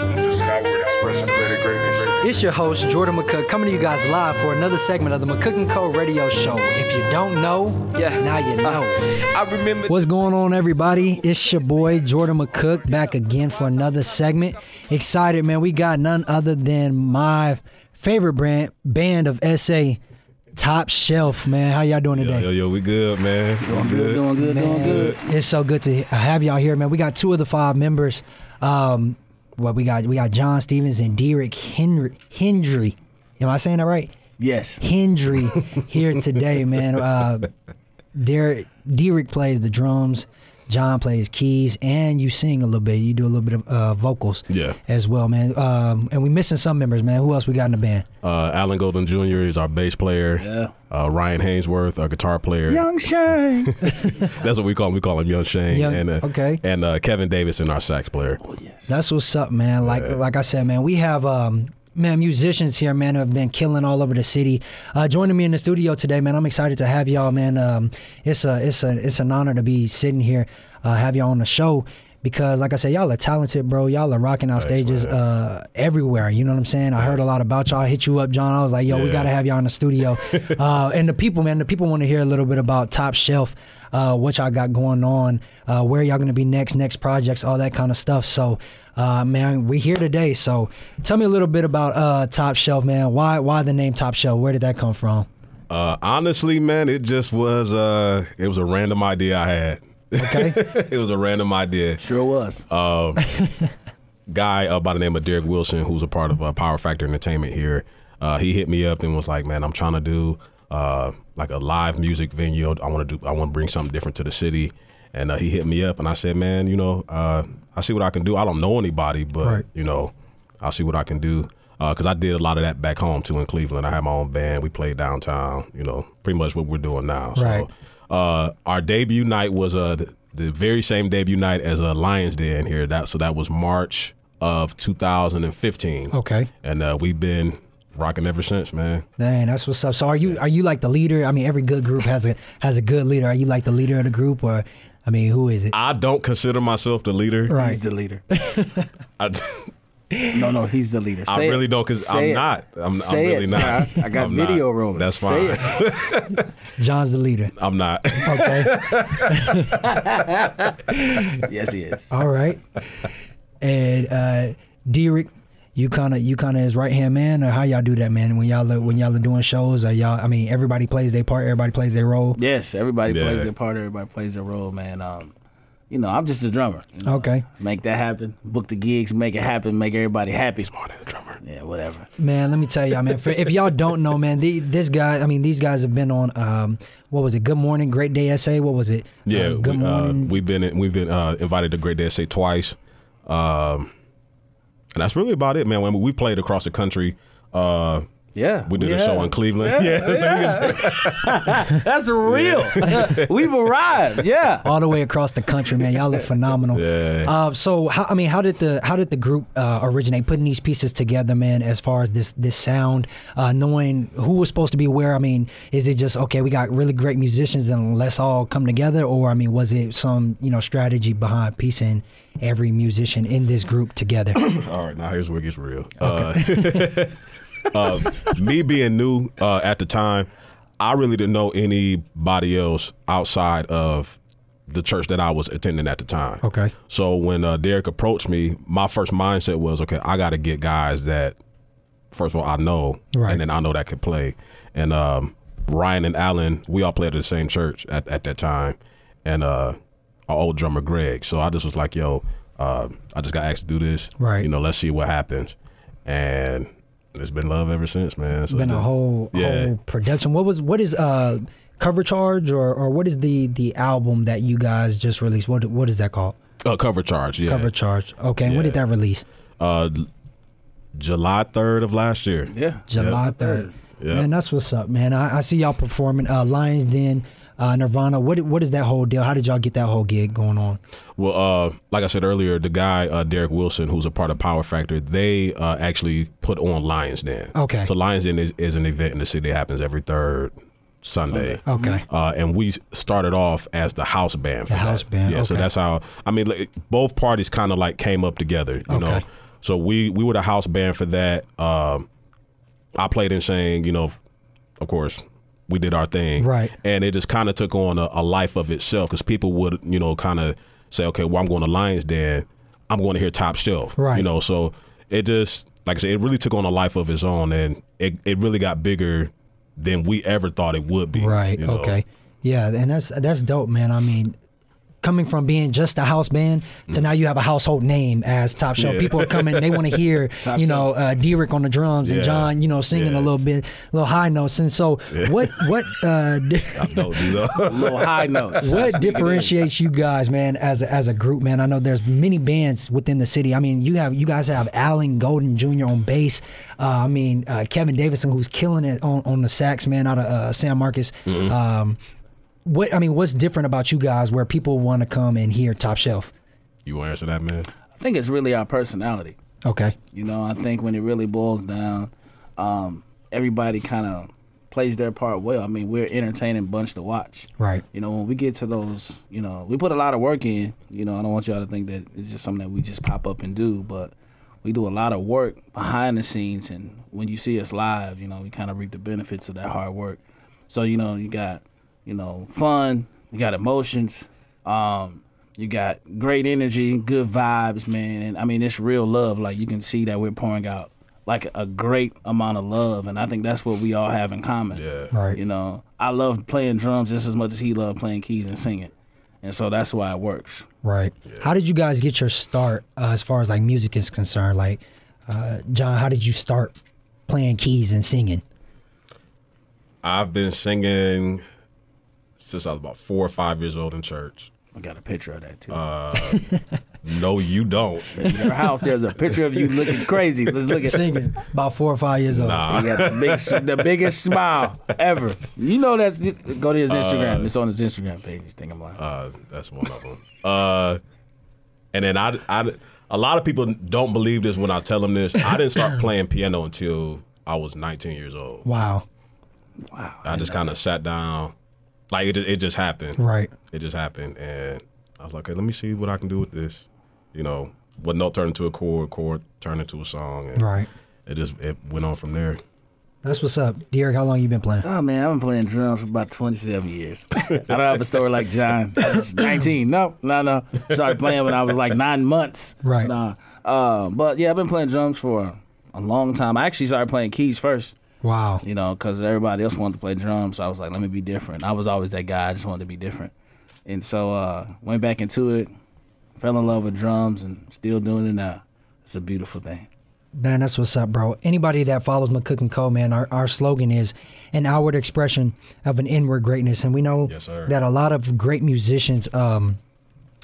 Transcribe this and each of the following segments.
outward expression of greater greatness. It's your host, Jordan McCook, coming to you guys live for another segment of the McCook and Co. radio show. If you don't know, Yeah. now you know. I remember What's going on, everybody? It's your boy, Jordan McCook, back again for another segment. Excited, man. We got none other than my favorite brand, band of SA, Top Shelf, man. How y'all doing Yo, today? yo, yo, we good, man. Doing good, doing good, doing good. It's so good to have y'all here, man. We got two of the five members. Um, what we got? We got John Stevens and Derek Henry. Hendry, am I saying that right? Yes. Hendry here today, man. Uh, Derek Derek plays the drums. John plays keys, and you sing a little bit. You do a little bit of uh, vocals, Yeah. as well, man. Um, and we missing some members, man. Who else we got in the band? Uh, Alan Golden Jr. is our bass player. Yeah. Uh, Ryan Hainsworth, our guitar player. Young Shane. That's what we call him. We call him Young Shane. Young- and, uh, okay. And uh, Kevin Davidson, our sax player. That's what's up, man. Like like I said, man, we have um man musicians here, man, who have been killing all over the city. Uh, joining me in the studio today, man. I'm excited to have y'all, man. Um, it's a it's a it's an honor to be sitting here, uh, have y'all on the show. Because, like I said, y'all are talented, bro. Y'all are rocking out stages uh, everywhere. You know what I'm saying? I heard a lot about y'all. I hit you up, John. I was like, yo, we Yeah. got to have y'all in the studio. uh, and the people, man, the people want to hear a little bit about Top Shelf, uh, what y'all got going on, uh, where y'all going to be next, next projects, all that kind of stuff. So, uh, man, we here today. So, tell me a little bit about uh, Top Shelf, man. Why, why the name Top Shelf? Where did that come from? Uh, honestly, man, it just was uh, it was a random idea I had. Okay, it was a random idea. Um, Sure was. guy uh, by the name of Derek Wilson, who's a part of uh, Power Factor Entertainment here, uh, he hit me up and was like, "Man, I'm trying to do uh, like a live music venue. I want to do. I want to bring something different to the city." And uh, he hit me up, and I said, "Man, you know, uh, I see what I can do. I don't know anybody, but Right. you know, I'll see what I can do." Because I did a lot of that back home too in Cleveland. I had my own band. We played downtown. You know, pretty much what we're doing now. So Right. uh, our debut night was uh, the, the very same debut night as uh, Lions Den here. That so that was March of 2015. okay. and uh, we've been rocking ever since, man. Dang, that's what's up. So are you are you like the leader? I mean, every good group has a has a good leader. Are you like the leader of the group, or I mean, who is it? I don't consider myself the leader. Right. He's the leader. I, No, no, he's the leader. I Say it. really don't because Say I'm it. not. I'm, Say I'm really it, not. John. I got I'm video not. rolling. That's Say fine. it. John's the leader. I'm not. Okay. Yes, he is. All right. And uh Derek, you kind of you kind of his right hand man, or how y'all do that, man? When y'all are, when y'all are doing shows, or y'all? I mean, everybody plays their part. Everybody plays their role. Yes, everybody Yeah. plays their part. Everybody plays their role, man. Um, you know, I'm just a drummer. you know. Okay. Make that happen. Book the gigs. Make it happen. Make everybody happy. Smarter than a drummer. Yeah, whatever. Man, let me tell y'all, man. For, if y'all don't know, man, the, this guy, I mean, these guys have been on, um, what was it? Good Morning, Great Day SA. What was it? Yeah, Uh, good we, uh, morning. we've been in, we've been uh, invited to Great Day Say twice, um, and that's really about it, man. When we played across the country, uh, Yeah. we did yeah. a show in Cleveland. Yeah, so we just- That's real. We've arrived. Yeah. all the way across the country, man. Y'all look phenomenal. Yeah. Uh, so, how, I mean, how did the how did the group uh, originate? Putting these pieces together, man. As far as this this sound, uh, knowing who was supposed to be where. I mean, is it just okay? We got really great musicians, and let's all come together. Or I mean, was it some you know strategy behind piecing every musician in this group together? All right, now here's where it gets real. Uh, uh, me being new uh, at the time, I really didn't know anybody else outside of the church that I was attending at the time. Okay. So when uh, Derek approached me, my first mindset was, okay, I got to get guys that, first of all, I know, Right. and then I know that could play. And um, Ryan and Allen, we all played at the same church at, at that time, and uh, our old drummer Greg. So I just was like, yo, uh, I just got asked to do this. Right. You know, let's see what happens. And it's been love ever since, man. So Been a the- whole Yeah. whole production. What was what is uh cover charge or or what is the the album that you guys just released? What what is that called? uh, cover charge. Yeah. Cover charge. Okay. And when did Yeah. that release? Uh, July third of last year. Yeah. July third. Man, that's what's up, man. I, I see y'all performing uh, Lions Den, uh, Nirvana. What what is that whole deal? How did y'all get that whole gig going on? Well, uh, like I said earlier, the guy uh, Derek Wilson, who's a part of Power Factor, they uh, actually put on Lions Den. Okay. So Lions Den is, is an event in the city that happens every third Sunday. Okay. Uh, and we started off as the house band. For The house that. band, Yeah. So okay. that's how. I mean, like, both parties kind of like came up together. You know. Okay. So we we were the house band for that. Um, I played and sang. You know, of course, we did our thing. Right. And it just kind of took on a, a life of itself because people would you know kind of say, okay, well I'm going to Lions Den. I'm going to hear Top Shelf. Right. You know, so it just like I said, it really took on a life of its own, and it it really got bigger than we ever thought it would be. Right. you know? Okay. Yeah, and that's that's dope, man. I mean, coming from being just a house band to now you have a household name as Top Shelf. Mm. Yeah. People are coming; they want to hear, you know, uh, Derek on the drums Yeah. and John, you know, singing Yeah. a little bit, little high notes. And so, what what uh, di- No, dude, no. Little high notes. what differentiates you guys, man, as a, as a group, man? I know there's many bands within the city. I mean, you have you guys have Allen Golden Jr. on bass. Uh, I mean, uh, Kevin Davison, who's killing it on, on the sax, man, out of uh, San Marcos. Um, what I mean, what's different about you guys where people want to come and hear Top Shelf? you want to answer that, man? I think it's really our personality. Okay, You know, I think when it really boils down, um, everybody kind of plays their part well. I mean, we're entertaining bunch to watch. right, You know, when we get to those, you know, we put a lot of work in. You know, I don't want y'all to think that it's just something that we just pop up and do, but we do a lot of work behind the scenes. And when you see us live, you know, we kind of reap the benefits of that hard work. So, you know, you got, you know, fun, you got emotions, um, you got great energy, good vibes, man. And I mean, it's real love. Like, you can see that we're pouring out like a great amount of love. And I think that's what we all have in common. Yeah. right. You know, I love playing drums just as much as he loved playing keys and singing. And so that's why it works. Right. How did you guys get your start uh, as far as like music is concerned? Like, uh, John, how did you start playing keys and singing? I've been singing since I was about four or five years old in church. I got a picture of that too. No, you don't. In your house, there's a picture of you looking crazy. Let's look at Singing about four or five years old. You got the, big, the biggest smile ever. You know that's go to his Instagram. it's on his Instagram page. You think I'm lying? Uh, that's one of them. Uh, and then I, I, a lot of people don't believe this when I tell them this. I didn't start playing piano until I was 19 years old. Wow. I just kind of sat down, like it, just, it just happened. Right. It just happened, and I was like, okay, let me see what I can do with this. You know, what note turned into a chord, chord turned into a song, and Right. it just it went on from there. That's what's up, Derek. How long you been playing? oh man, I've been playing drums for about 27 years. I don't have a story like John. I was 19. No, no, no. Started playing when I was like nine months. Right. Nah. Uh, but yeah, I've been playing drums for a long time. I actually started playing keys first. Wow. you know, because everybody else wanted to play drums. So I was like, let me be different. I was always that guy. I just wanted to be different. And so uh, went back into it, fell in love with drums, and still doing it now. It's a beautiful thing. Man, that's what's up, bro. Anybody that follows McCook and Co, man, our, our slogan is an outward expression of an inward greatness. And we know Yes, sir. that a lot of great musicians um,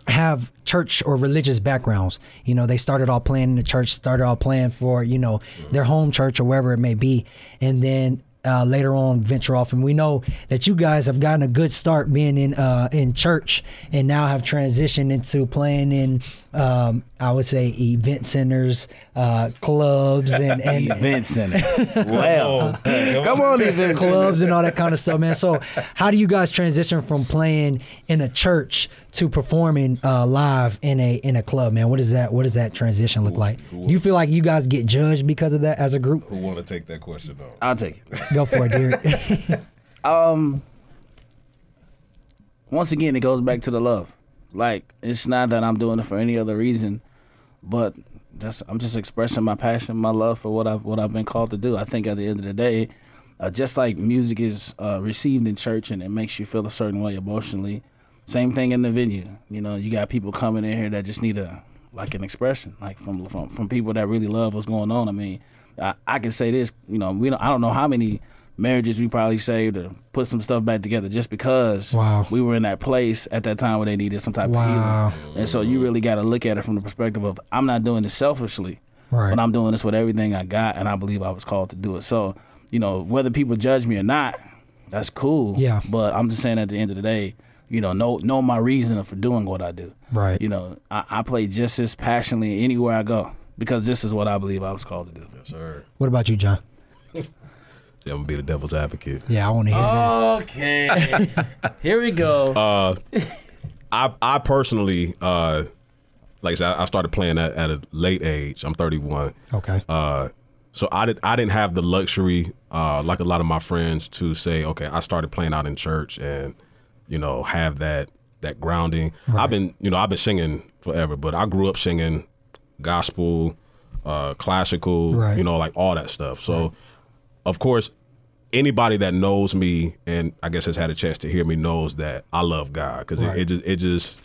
have church or religious backgrounds. You know, they started all playing in the church, started all playing for, you know, their home church or wherever it may be. And then uh, later on venture off and we know that you guys have gotten a good start being in uh, in church and now have transitioned into playing in um, I would say event centers uh, clubs and, and, Event centers. Well, come on, event club. clubs and all that kind of stuff, man. So, how do you guys transition from playing in a church to performing uh, live in a in a club, man? What is that? What does that transition look like? Do you feel like you guys get judged because of that as a group? Who want to take that question on? I'll take it. Go for it, Derek. Um, Once again, it goes back to the love. Like, it's not that I'm doing it for any other reason, but that's I'm just expressing my passion, my love for what I've what I've been called to do. I think at the end of the day, uh, just like music is uh, received in church and it makes you feel a certain way emotionally, same thing in the venue. You know, you got people coming in here that just need a like an expression, like from from, from people that really love what's going on. I mean, I, I can say this. You know, we don't, I don't know how many marriages we probably saved or put some stuff back together just because Wow. we were in that place at that time where they needed some type of healing. Wow. And so you really got to look at it from the perspective of I'm not doing this selfishly, Right. but I'm doing this with everything I got, and I believe I was called to do it. So you know whether people judge me or not, that's cool. Yeah. But I'm just saying at the end of the day, you know, know know my reason for doing what I do. Right. You know, I, I play just as passionately anywhere I go because this is what I believe I was called to do. Yes, sir. What about you, John? See, I'm gonna be the devil's advocate. Yeah, I want to hear Uh, that. Okay. Here we go. I I personally uh Like I said, I I started playing at, at a late age. I'm 31. Okay. Uh, so I did. I didn't have the luxury, uh, like a lot of my friends, to say, okay, I started playing out in church and, you know, have that that grounding. I've been, you know, I've been singing forever, but I grew up singing gospel, uh, classical, Right. you know, like all that stuff. So, of course, anybody that knows me and I guess has had a chance to hear me knows that I love God because Right. it, it just it just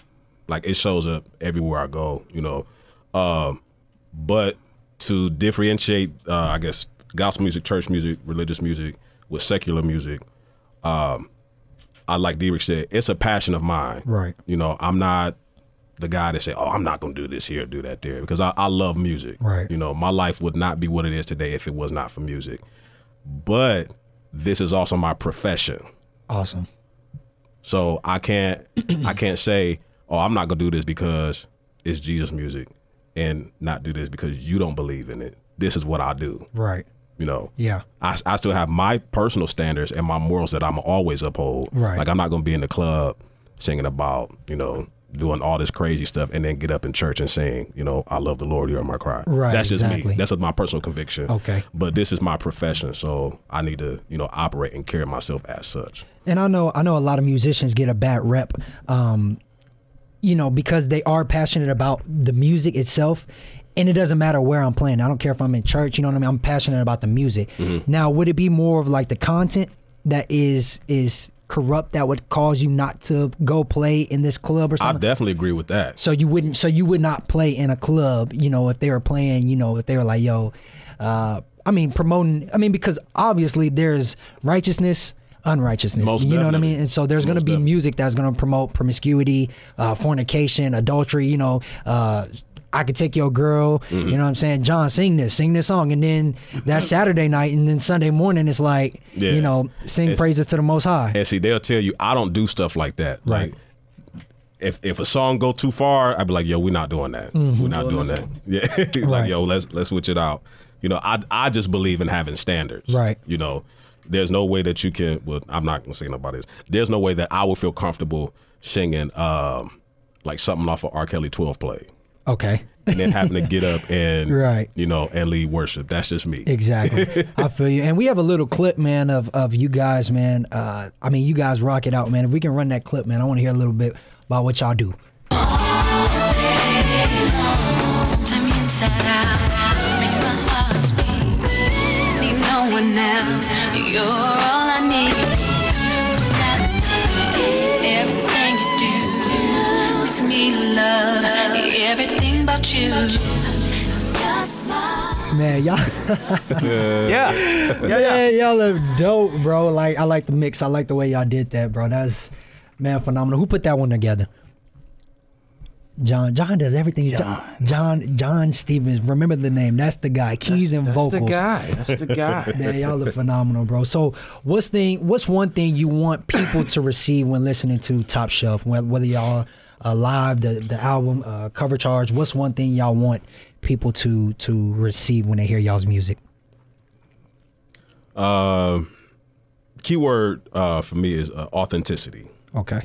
like it shows up everywhere I go, you know. Um, but to differentiate, uh, I guess gospel music, church music, religious music with secular music, um, I like Derek said, it's a passion of mine. Right. You know, I'm not the guy that say, "Oh, I'm not gonna do this here, do that there," because I, I love music. Right. You know, my life would not be what it is today if it was not for music. But this is also my profession. Awesome. So I can't I can't say, oh, I'm not gonna do this because it's Jesus music, and not do this because you don't believe in it. This is what I do. Right. You know. Yeah. I, I still have my personal standards and my morals that I'm always uphold. Right. Like I'm not gonna be in the club singing about you know doing all this crazy stuff and then get up in church and sing you know I love the Lord, you are my cry. Right, That's just exactly. me. That's my personal conviction. Okay. But this is my profession, so I need to you know operate and carry myself as such. and I know I know a lot of musicians get a bad rep, um, you know, because they are passionate about the music itself. And it doesn't matter where I'm playing. I don't care if I'm in church. You know what I mean. I'm passionate about the music. Now, would it be more of like the content that is is corrupt that would cause you not to go play in this club or I something? definitely agree with that. So you wouldn't. So you would not play in a club. You know, if they were playing. You know, if they were like, yo, uh, I mean, promoting. I mean, because obviously there's righteousness, unrighteousness. Most you know what I definitely. mean. And so there's going to Most be definitely. music that's going to promote promiscuity, uh, fornication, adultery. You know. Uh, I could take your girl, Mm-hmm. you know what I'm saying? John, sing this, sing this song. And then that's Saturday night. And then Sunday morning, it's like, Yeah. you know, sing It's- praises to the Most High. And see, they'll tell you, I don't do stuff like that. Right. Like, if if a song go too far, I'd be like, yo, we're not doing that. We're not doing that. Yeah. like, Mm-hmm. Right. yo, let's let's switch it out. You know, I I just believe in having standards. Right. You know, there's no way that you can. Well, I'm not gonna say nobody's. There's no way that I would feel comfortable singing um like something off of R. Kelly 12 play. Okay. And then having to get up and Right. you know and lead worship. That's just me. Exactly. I feel you. And we have a little clip, man, of, of you guys, man. Uh, I mean, you guys rock it out, man. If we can run that clip, man, I want to hear a little bit about what y'all do. Turn me inside out, make my heart beat. Need no one else, you're all I need. Personality, everything you do makes me love everything about you. Your smile. Man, y'all, Yeah. Yeah, yeah. man, y'all look dope, bro. Like, I like the mix. I like the way y'all did that, bro. That's, man, phenomenal. Who put that one together? John, John does everything. John, John, John Stevens. Remember the name. That's the guy. Keys and vocals. That's the guy. That's the guy. Man, y'all look phenomenal, bro. So, what's thing? What's one thing you want people to receive when listening to Top Shelf? Whe- Whether y'all are live, the the album, uh, cover charge. What's one thing y'all want people to to receive when they hear y'all's music? Keyword uh, for me is uh, authenticity. Okay.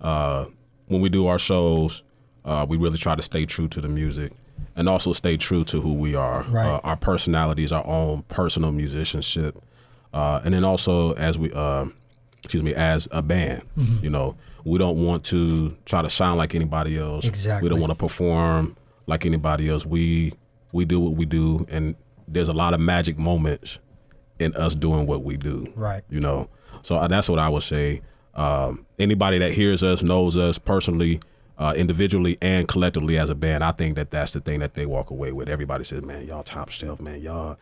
when we do our shows, uh, we really try to stay true to the music and also stay true to who we are, Right. uh, our personalities, our own personal musicianship, uh, and then also as we, uh, excuse me, as a band, Mm-hmm. you know, we don't want to try to sound like anybody else. Exactly. We don't want to perform like anybody else. We we do what we do, and there's a lot of magic moments in us doing what we do. Right. You know, so uh, that's what I would say. Um, anybody that hears us knows us personally, uh, individually and collectively as a band. I think that that's the thing that they walk away with. Everybody says, "Man, y'all top shelf, man, y'all."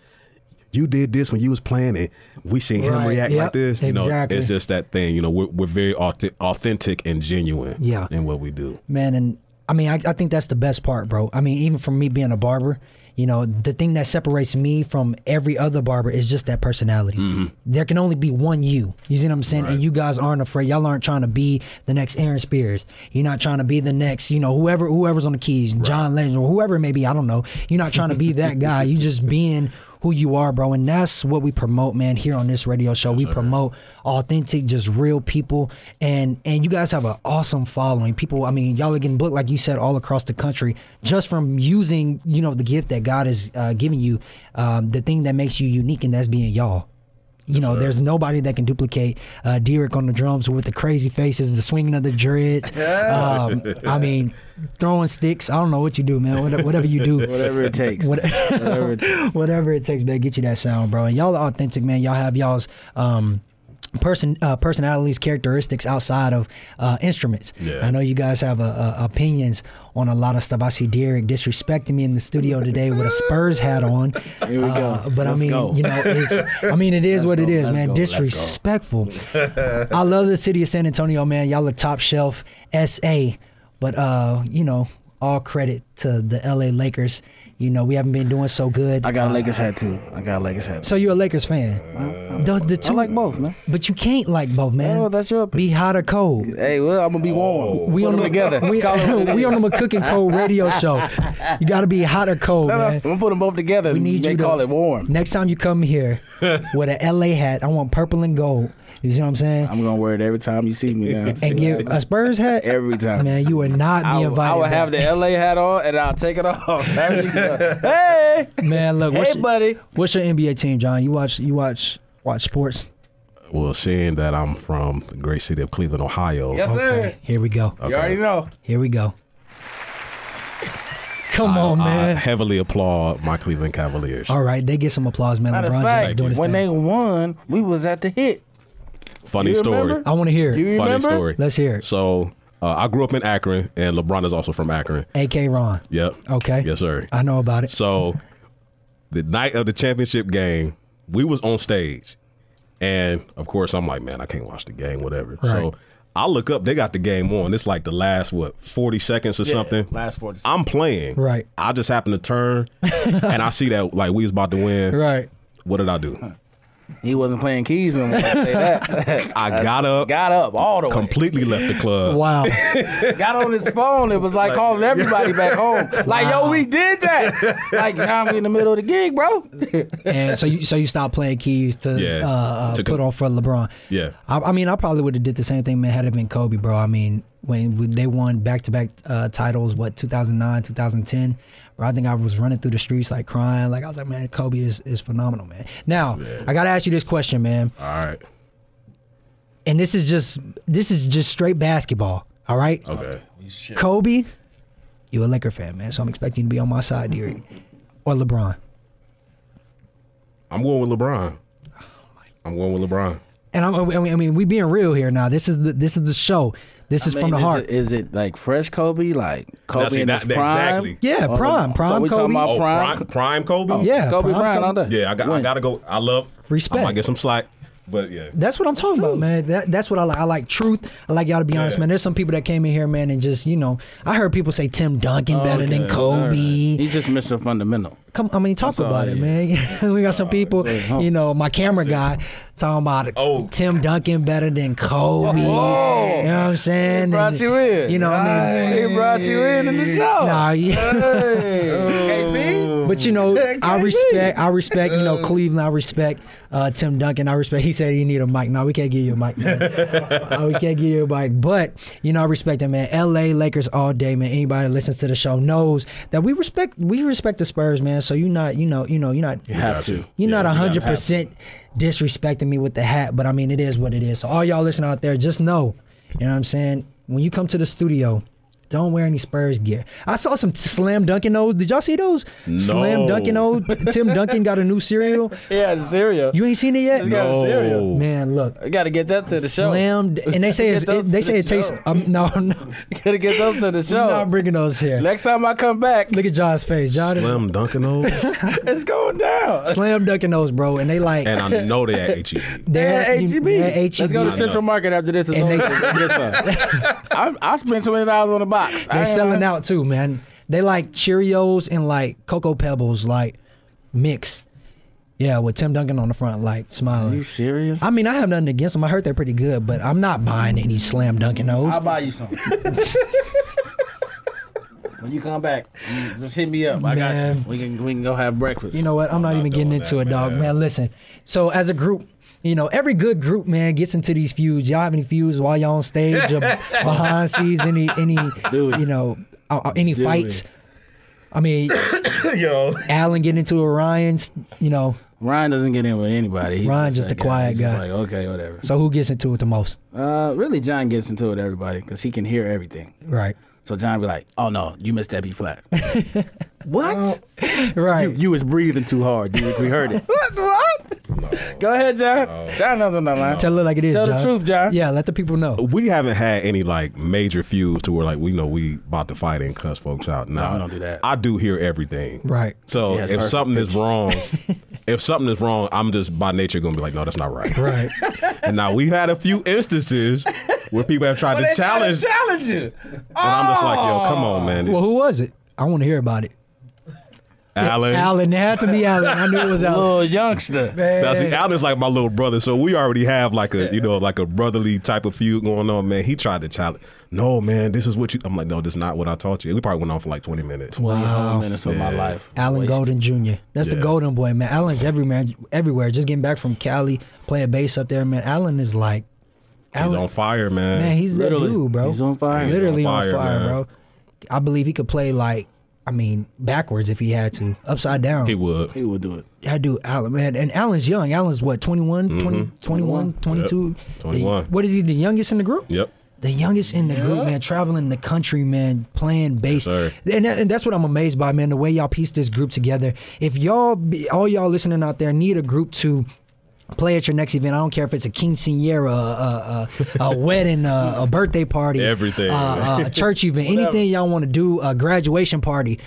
You did this when you was playing it. We seen him Right, react yep, like this. You know, exactly. it's just that thing. You know, we're, we're very authe- authentic and genuine Yeah. in what we do. man and i mean I, I think that's the best part bro i mean even for me being a barber you know the thing that separates me from every other barber is just that personality there can only be one you you see what i'm saying and you guys aren't afraid y'all aren't trying to be the next aaron spears you're not trying to be the next you know whoever whoever's on the keys john legend or whoever it may be i don't know you're not trying to be that guy you just being who you are, bro. And that's what we promote, man, here on this radio show. we promote authentic, just real people. And and you guys have an awesome following. People, I mean, y'all are getting booked, like you said, all across the country just from using, you know, the gift that God has uh, given you, um, the thing that makes you unique, and that's being y'all. You know, there's nobody that can duplicate uh, Derek on the drums with the crazy faces, the swinging of the dreads. Um, I mean, throwing sticks. I don't know what you do, man. Whatever, whatever you do, Whatever it takes. What- Whatever it takes. whatever it takes, man. Get you that sound, bro. And y'all are authentic, man. Y'all have y'all's um, person uh, personalities, characteristics outside of uh, instruments. Yeah. I know you guys have uh, uh, opinions on a lot of stuff. I see Derek disrespecting me in the studio today with a Spurs hat on. Uh, Here we go. but Let's I mean, go. you know, it's. I mean, it is what Let's it go. is, Let's man. go. Let's go. Disrespectful. I love the city of San Antonio, man. Y'all are top shelf SA, but uh, you know, all credit to the LA Lakers. You know, we haven't been doing so good. I got a Lakers hat too. I got a Lakers hat. So you're a Lakers fan. the, the Uh, I two, like both, man. but you can't like both, man. Well, that's your opinion. Be hot or cold. Hey, well, I'm gonna be warm. We Put them the- together. We, Call it what it we is. on the McCooking Cold radio show. You got to be hot or cold, No, no, I'm man. gonna put them both together. We need they you to call it warm. Next time you come here with an LA hat, I want purple and gold. You see what I'm saying? I'm gonna wear it every time you see me now. and give a Spurs hat Every time. Man, you would not I be will, invited. I will have back. the LA hat on and I'll take it off. hey, Man, look, what's, hey, your, buddy. what's your NBA team, John? You watch, you watch, watch sports. Well, seeing that I'm from the great city of Cleveland, Ohio, uh, Yes, sir. Here we go. You already know. Here we go. Come I, on, I Oh, man. heavily applaud my Cleveland Cavaliers. All right, they get some applause, man. Matter LeBron of James doing fact, his when thing. they won, we was at the hit. Funny You story. remember? I want to hear. Do you It. Funny remember? story. Let's hear it. So uh, I grew up in Akron, and LeBron is also from Akron. AK Ron. Yep. Okay. Yes, sir. I know about it. So the night of the championship game, we was on stage. And of course I'm like, man, I can't watch the game, whatever. Right. So I look up, they got the game on. It's like the last what, forty seconds or something. last 40 I'm playing. Right. I just happen to turn and I see that like we was about to win. Right. What did I do? He wasn't playing keys no more. I'll tell you that. I got up, Got up all the way. completely left the club. Wow. Got on his phone. It was like calling everybody back home. Like, yo, we did that. like, now I'm in the middle of the gig, bro. and so you so you stopped playing keys to Yeah. uh, uh, To put con- on for LeBron. Yeah. I, I mean, I probably would have did the same thing, man. Had it been Kobe, bro. I mean, when we- they won back to back titles, what 2009, 2010. Bro, I think I was running through the streets like crying. Like I was like, man, Kobe is, is phenomenal, man. Now I gotta ask you this question, man. All right. And this is just this is just straight basketball. All right. Okay. Oh, Kobe, you a Laker fan, man. So I'm expecting you to be on my side, Derek, or LeBron. I'm going with LeBron. Oh, I'm going with LeBron. And I'm, I mean, I mean, we being real here now. This is the this is the show. This is I from mean, the is heart. It, is it like fresh Kobe? Like Kobe see, in that- his that- prime? exactly. Yeah, Or the- prime, prime So we Kobe. talking about Oh, prime, prime, prime Kobe? yeah, Kobe prime Bryant Kobe. all that. Yeah, I got. I When? gotta go. I love Respect. I might get some slack, but yeah. That's what I'm talking about, man. That, that's what I like. I like truth. I like y'all to be honest, Yeah. man. There's some people that came in here, man, and just you know, I heard people say Tim Duncan better than Okay, Kobe. alright. He's just Mr. Fundamental. Come, I mean, talk all about it it, man. we got some people, huh. you know, my camera guy talking about Oh. Tim Duncan better than Kobe. You know what I'm saying? Oh. He brought And, you in. You know, what I mean, He brought you in in the show. Nah, yeah. Hey, But you know, I Oh. Can't respect. I respect. You know, Cleveland. I respect uh, Tim Duncan. I respect. He said he need a mic. No, we can't give you a mic. Man. Uh, we can't give you a mic. But you know, I respect him, man. L.A. Lakers all day, man. Anybody that listens to the show knows that we respect. We respect the Spurs, man. So you're not. You know. You know. You're not. have to. You're Yeah, not not you gotta hundred percent disrespecting me with the hat, but I mean it is what it is. So all y'all listening out there, just know, you know what I'm saying? When you come to the studio, don't wear any Spurs gear. I saw some slam dunking those. Did y'all see those? Slam No. dunking those. Tim Duncan got a new cereal. Yeah, Syria. You ain't seen it yet? It's got a cereal. No. Man, look. I gotta get that to the show. Slam, and they say it's, Get those it, they to say the it tastes. show. Um, no, no, Gotta get those to the I'm not show. bringing those here. Next time I come back, Look at John's face. John, is- Slim Duncan O's, it's going down. slam dunking those, bro, and they like and I know they at E HEB. Yeah, they're HEB. they're Let's go to HEB. Central Market after this. Is E And over. they- This one. I, I spent twenty dollars on a box. I They ain't selling lying. out too, man. They like Cheerios and like Cocoa Pebbles, like mixed. Yeah, with Tim Duncan on the front, like Are you smiling. serious? I mean, I have nothing against them. I heard they're pretty good, but I'm not buying any slam dunking those. buy you some. When you come back, you just hit me up. I got Man. you. We can we can go have breakfast. You know what? I'm not, even getting doing into that, it, dog. man. Man, listen. So as a group, you know, every good group, man, gets into these feuds. Y'all have any feuds while y'all on stage or behind scenes? Any any Do it. you know uh, uh, any Do fights? it. I mean, Yo. Allen getting into Orion's. You know, Ryan doesn't get in with anybody. He's Ryan's just that a quiet He's guy. Just like okay, whatever. so who gets into it the most? Uh, really, John gets into it with everybody because he can hear everything. Right. So John be like, "Oh no, you missed that B flat. what? Right. You was breathing too hard, dude. We heard it. What? what? Go ahead, John. John knows I'm not lying. Tell it like it is. Tell the John. truth, John. Yeah, let the people know. We haven't had any like major feuds to where like we know we about to fight and cuss folks out. Nah, we don't do that. I do hear everything. Right. So See, that's if perfect something is pitch. wrong, if something is wrong, I'm just by nature gonna be like, no, that's not right. Right. And now we've had a few instances where people have tried to challenge, and challenge you. I'm just like, yo, come on, man. It's well, who was it? I want to hear about it. Alan. Allen. It had to be Allen. I knew it was Allen. Little youngster. Now, see, Alan's like my little brother, so we already have like a you know like a brotherly type of feud going on. Man, he tried to challenge. No, man, this is what you. I'm like, no, this is not what I taught you. We probably went on for like 20 minutes. Twenty whole minutes of my life. Allen wasted. Golden Jr. That's the Yeah. Golden Boy, man. Allen's every man, everywhere. Just getting back from Cali, playing bass up there, man. Allen is like, He's Allen, on fire, man. man, he's Literally. that dude, bro. He's on fire. He's Literally on on fire, fire, man. bro. I believe he could play like, I mean, backwards if he had to, upside down. he would. He would do it. I do Allen, man. And Allen's young. Allen's what, 21, Mm-hmm. 20, 21, 22? The- 21. what is he, the youngest in the group? Yep. The youngest in the group, man, traveling the country, man, playing bass, sir. and, that, and that's what I'm amazed by, man. The way y'all piece this group together. If y'all, be, all y'all listening out there, need a group to play at your next event. I don't care if it's a quinceanera, a, a, a, a wedding, a, a birthday party, Everything. uh, uh, a church event, anything y'all want to do, a graduation party.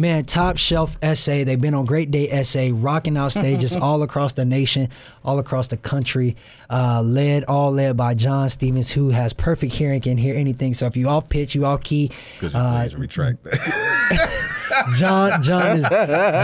Man, top shelf SA. They've been on Great Day SA, rocking out stages all across the nation, all across the country. Uh, led, all led by John Stevens, who has perfect hearing, can hear anything. So if you off pitch, you off key, Could you please retract that? John John is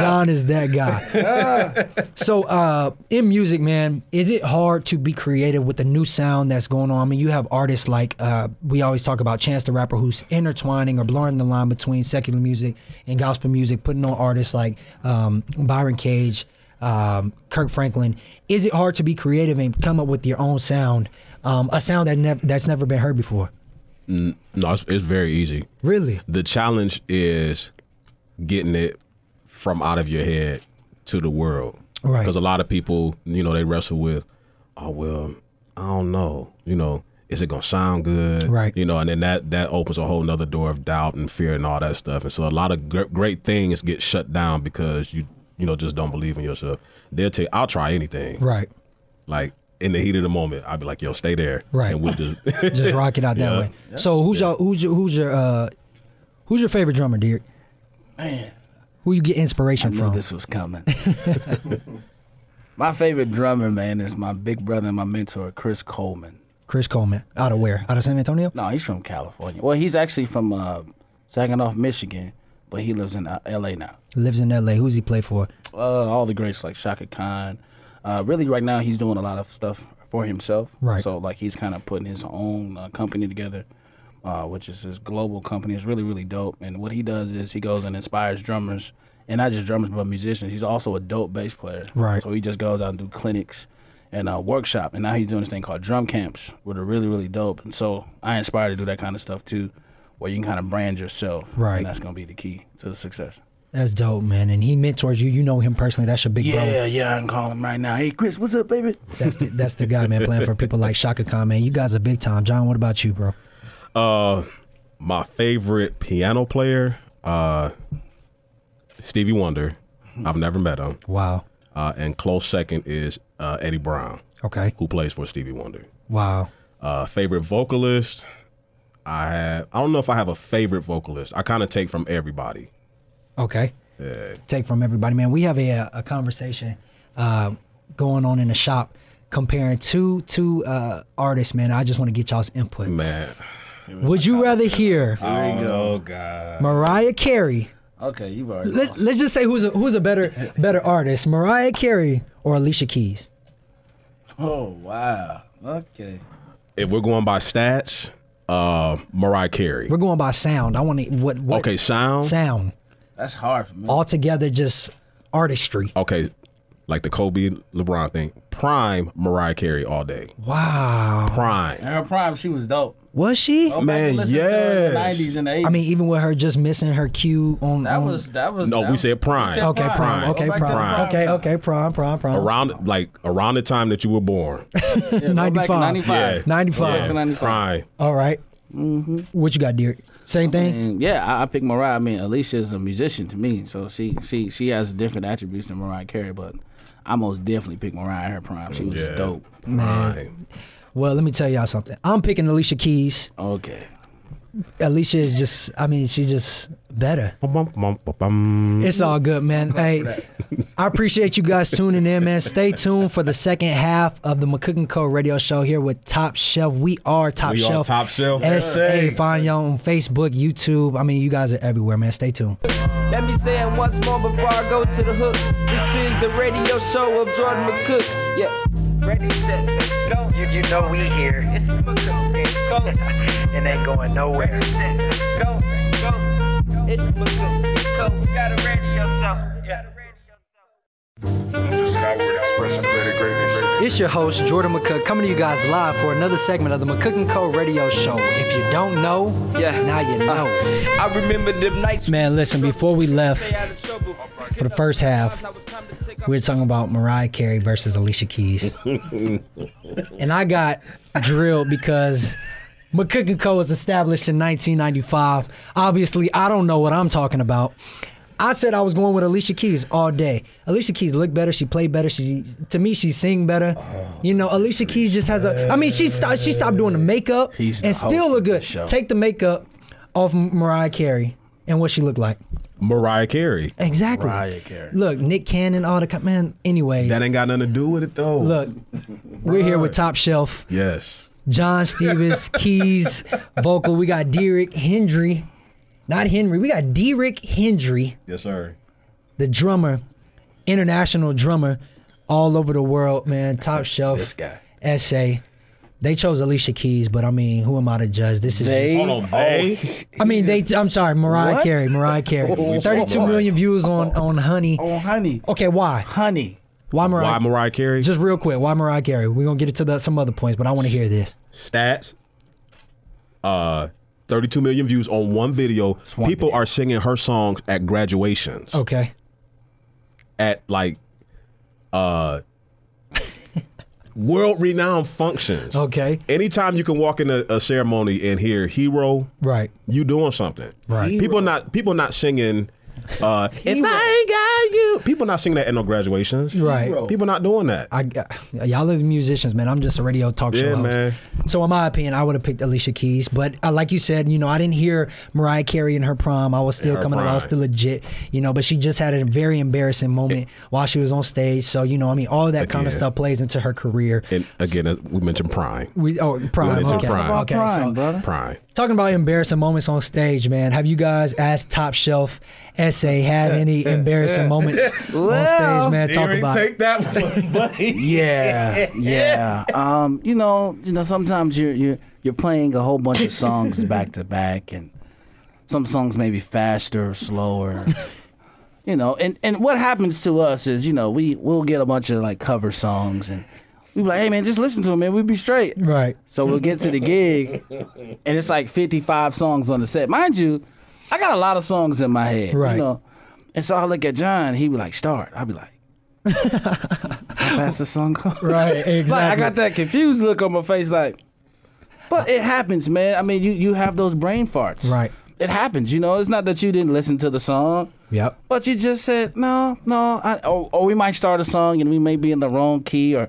John is that guy. So uh, in music, man, is it hard to be creative with the new sound that's going on? I mean, you have artists like uh, we always talk about Chance the Rapper, who's intertwining or blurring the line between secular music and gospel music, putting on artists like um, Byron Cage, um, Kirk Franklin. Is it hard to be creative and come up with your own sound, um, a sound that nev- that's never been heard before? no, it's, it's very easy. Really? The challenge is getting it from out of your head to the world. Right. Because a lot of people, you know, they wrestle with, oh well, I don't know, you know, is it gonna sound good? Right. You know, and then that that opens a whole nother door of doubt and fear and all that stuff. And so a lot of gr- great things get shut down because you you know just don't believe in yourself. They'll tell you, I'll try anything. Right. Like in the heat of the moment, I'd be like, yo, stay there. Right. And we'll just just rock it out that Yeah. way. So who's your who's your who's your uh, who's your favorite drummer, Derek? Man, Who you get inspiration I knew from? this was coming. my favorite drummer, man, is my big brother and my mentor, Chris Coleman. Chris Coleman. Out of where? Out of San Antonio? No, he's from California. Well, he's actually from uh, Saginaw, Michigan, but he lives in uh, L.A. now. Lives in L.A. Who's he play for? Uh, all the greats like Shaka Khan. Uh, really, right now he's doing a lot of stuff for himself. Right. So like he's kind of putting his own uh, company together, uh, which is his global company. It's really really dope. And what he does is he goes and inspires drummers, and not just drummers but musicians. He's also a dope bass player. Right. So he just goes out and do clinics and uh, workshop. And now he's doing this thing called drum camps, which are really really dope. And so I inspired to do that kind of stuff too, where you can kind of brand yourself. Right. And that's gonna be the key to the success. That's dope, man. And he mentors you. You know him personally. That's your big brother. Yeah, yeah, I can call him right now. Hey, Chris, what's up, baby? That's the, that's the guy, man. Playing for people like Shaka Khan, man. You guys are big time. John, what about you, bro? my favorite piano player, uh, Stevie Wonder. I've never met him. Wow. Uh, and close second is uh, Eddie Brown, Okay. who plays for Stevie Wonder. Wow. Uh, favorite vocalist, I have. I don't know if I have a favorite vocalist. I kind of take from everybody. Okay. Take from everybody, man. We have a, a conversation uh, going on in the shop comparing two two uh, artists, man. I just want to get y'all's input. Man, Would you rather hear there you go, God. Mariah Carey? Okay, you've already Let, lost. let's just say who's a, who's a better better artist, Mariah Carey or Alicia Keys? Oh, wow. Okay. If we're going by stats, uh, Mariah Carey. We're going by sound. I want to what, what Okay, sound. sound That's hard for me. Oh. altogether, just artistry. Okay, like the Kobe LeBron thing. Prime Mariah Carey all day. Wow, Prime. In her prime, she was dope. was she? Go back and Man, listen to her in the yes. nineties and the eighties. I mean, even with her just missing her cue on that on- was that was. No, that we was- said prime. we okay prime, Prime. okay Go back to the prime. okay time. okay prime prime prime Around like around the time that you were born. Yeah, go back to 95. 95. Yeah. 95. Yeah. 95. Prime. All right. Mm-hmm. What you got, Derek? Same thing. And yeah, I, I picked Mariah. I mean, Alicia is a musician to me, so she she she has different attributes than Mariah Carey, but I most definitely picked Mariah in her prime. She was Yeah. dope. Prime. Well, let me tell y'all something. I'm picking Alicia Keys. Okay. Alicia is just. I mean, she's just better. Bum, bum, bum, bum, bum. It's all good, man. Hey, I appreciate you guys tuning in, man. Stay tuned for the second half of the McCook & Co. radio show here with Top Shelf. We are Top We are Shelf. Top Shelf. SA. Find y'all on Facebook, YouTube. I mean, you guys are everywhere, man. Stay tuned. Let me say it once more before I go to the hook. This is the radio show of Jordan McCook. Yeah. Ready, set, go. You, you know we here. It's go. it ain't going nowhere. Ready, set, go. Go. It's go. We got a radio show. We got a radio show. It's your host, Jordan McCook, coming to you guys live for another segment of the McCook and Co. radio show. If you don't know, Yeah. now you know. I remember them nights. Man, listen, before we left for the first half, we were talking about Mariah Carey versus Alicia Keys. and I got drilled because McCook and Co. was established in 1995. Obviously, I don't know what I'm talking about. I said I was going with Alicia Keys all day. Alicia Keys looked better. She played better. She, to me, she sing better. you know, Alicia Keys just has a. I mean, she stopped. She stopped doing the makeup He's the and host still of look good. this show. Take the makeup off Mariah Carey and what she looked like. Mariah Carey. Exactly. Mariah Carey. Look, Nick Cannon, all the co- man. Anyways, That ain't got nothing to do with it though. look, we're here with Top Shelf, Yes. John Stevens, keys, vocal. We got Derek Hendry, not Henry. We got Derek Hendry, Yes, sir. the drummer, international drummer, all over the world, man. Top Shelf. This guy. Essay. They chose Alicia Keys, but I mean, who am I to judge? This is. They- just- Hold on, they. I mean, they. I'm sorry, Mariah What? Carey. Mariah Carey. We talking about- 32 million views on on Honey. Oh, honey, Okay, why? honey. Why Mariah? Why Mariah Carey? Just real quick, why Mariah Carey? We're gonna get it to the, some other points, but I want to hear this. stats. Uh, 32 million views on one video. one People video. are singing her songs at graduations. Okay. At like, uh, world renowned functions. Okay. Anytime you can walk in a, a ceremony and hear "Hero," Right. you doing something. Right. Hero. People not people not singing. Uh, if I ain't got you, people not singing that at no graduations. Right. People not doing that. I y'all are the musicians, man. I'm just a radio talk show Yeah, host. man. So in my opinion, I would have picked Alicia Keys, but uh, like you said, you know, I didn't hear Mariah Carey in her prime. I was still her coming up. I was prime. still legit, you know. But she just had a very embarrassing moment while she was on stage. So you know, I mean, all that kind of Again. stuff plays into her career. and again, uh, we mentioned Prime. we oh prime mentioned okay Prime. okay Prime, so brother. Prime. Talking about embarrassing moments on stage, man. Have you guys, as Top Shelf Essay, had any embarrassing moments on stage, man? Talk about it. that one, buddy. Yeah, yeah. Um, you know, you know. Sometimes you're you're you're playing a whole bunch of songs back to back, and some songs maybe faster or slower. you know, and and what happens to us is, you know, we we'll get a bunch of like cover songs, and we be like, hey man, just listen to them, man. We'd be straight. Right. So we'll get to the gig, and it's like 55 songs on the set. Mind you, I got a lot of songs in my head. Right. You know? And so I look at John, he be like, start. I'd be like, how fast the song goes? Right, Like, I exactly. got that confused look on my face, like, but it happens, man. I mean, you, you have those brain farts. Right. It happens, you know. It's not that you didn't listen to the song. Yep. But you just said no, no. I, or, or we might start a song and we may be in the wrong key, or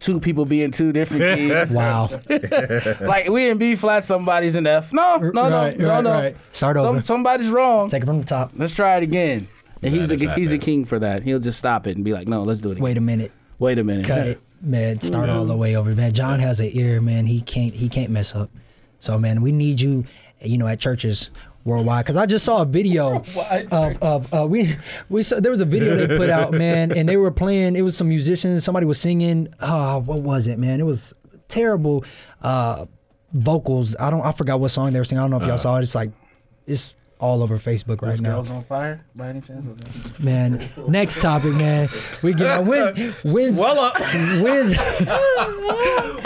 two people be in two different keys. Wow. like we in B flat, somebody's in F. No, no, no, right, no, right, no. right. Start over. Somebody's wrong. Take it from the top. let's try it again. And he's That the is he's the happening. king for that. He'll just stop it and be like, no, let's do it. Again. Wait a minute. wait a minute. Cut it, man. Start all the way over, man. John has an ear, man. He can't. He can't mess up. So, man, we need you. You know, at churches worldwide. Because I just saw a video of, of uh, we we saw, there was a video they put out, man, and they were playing. It was Ah, some musicians. Somebody was singing. Uh, what was it, man? It was terrible. Uh, vocals. I don't. I forgot what song they were singing. I don't know if y'all saw it. It's like, it's all over Facebook right now. Uh. Girls on fire by any chance? man. Next topic, man. We get when when's Well up. when's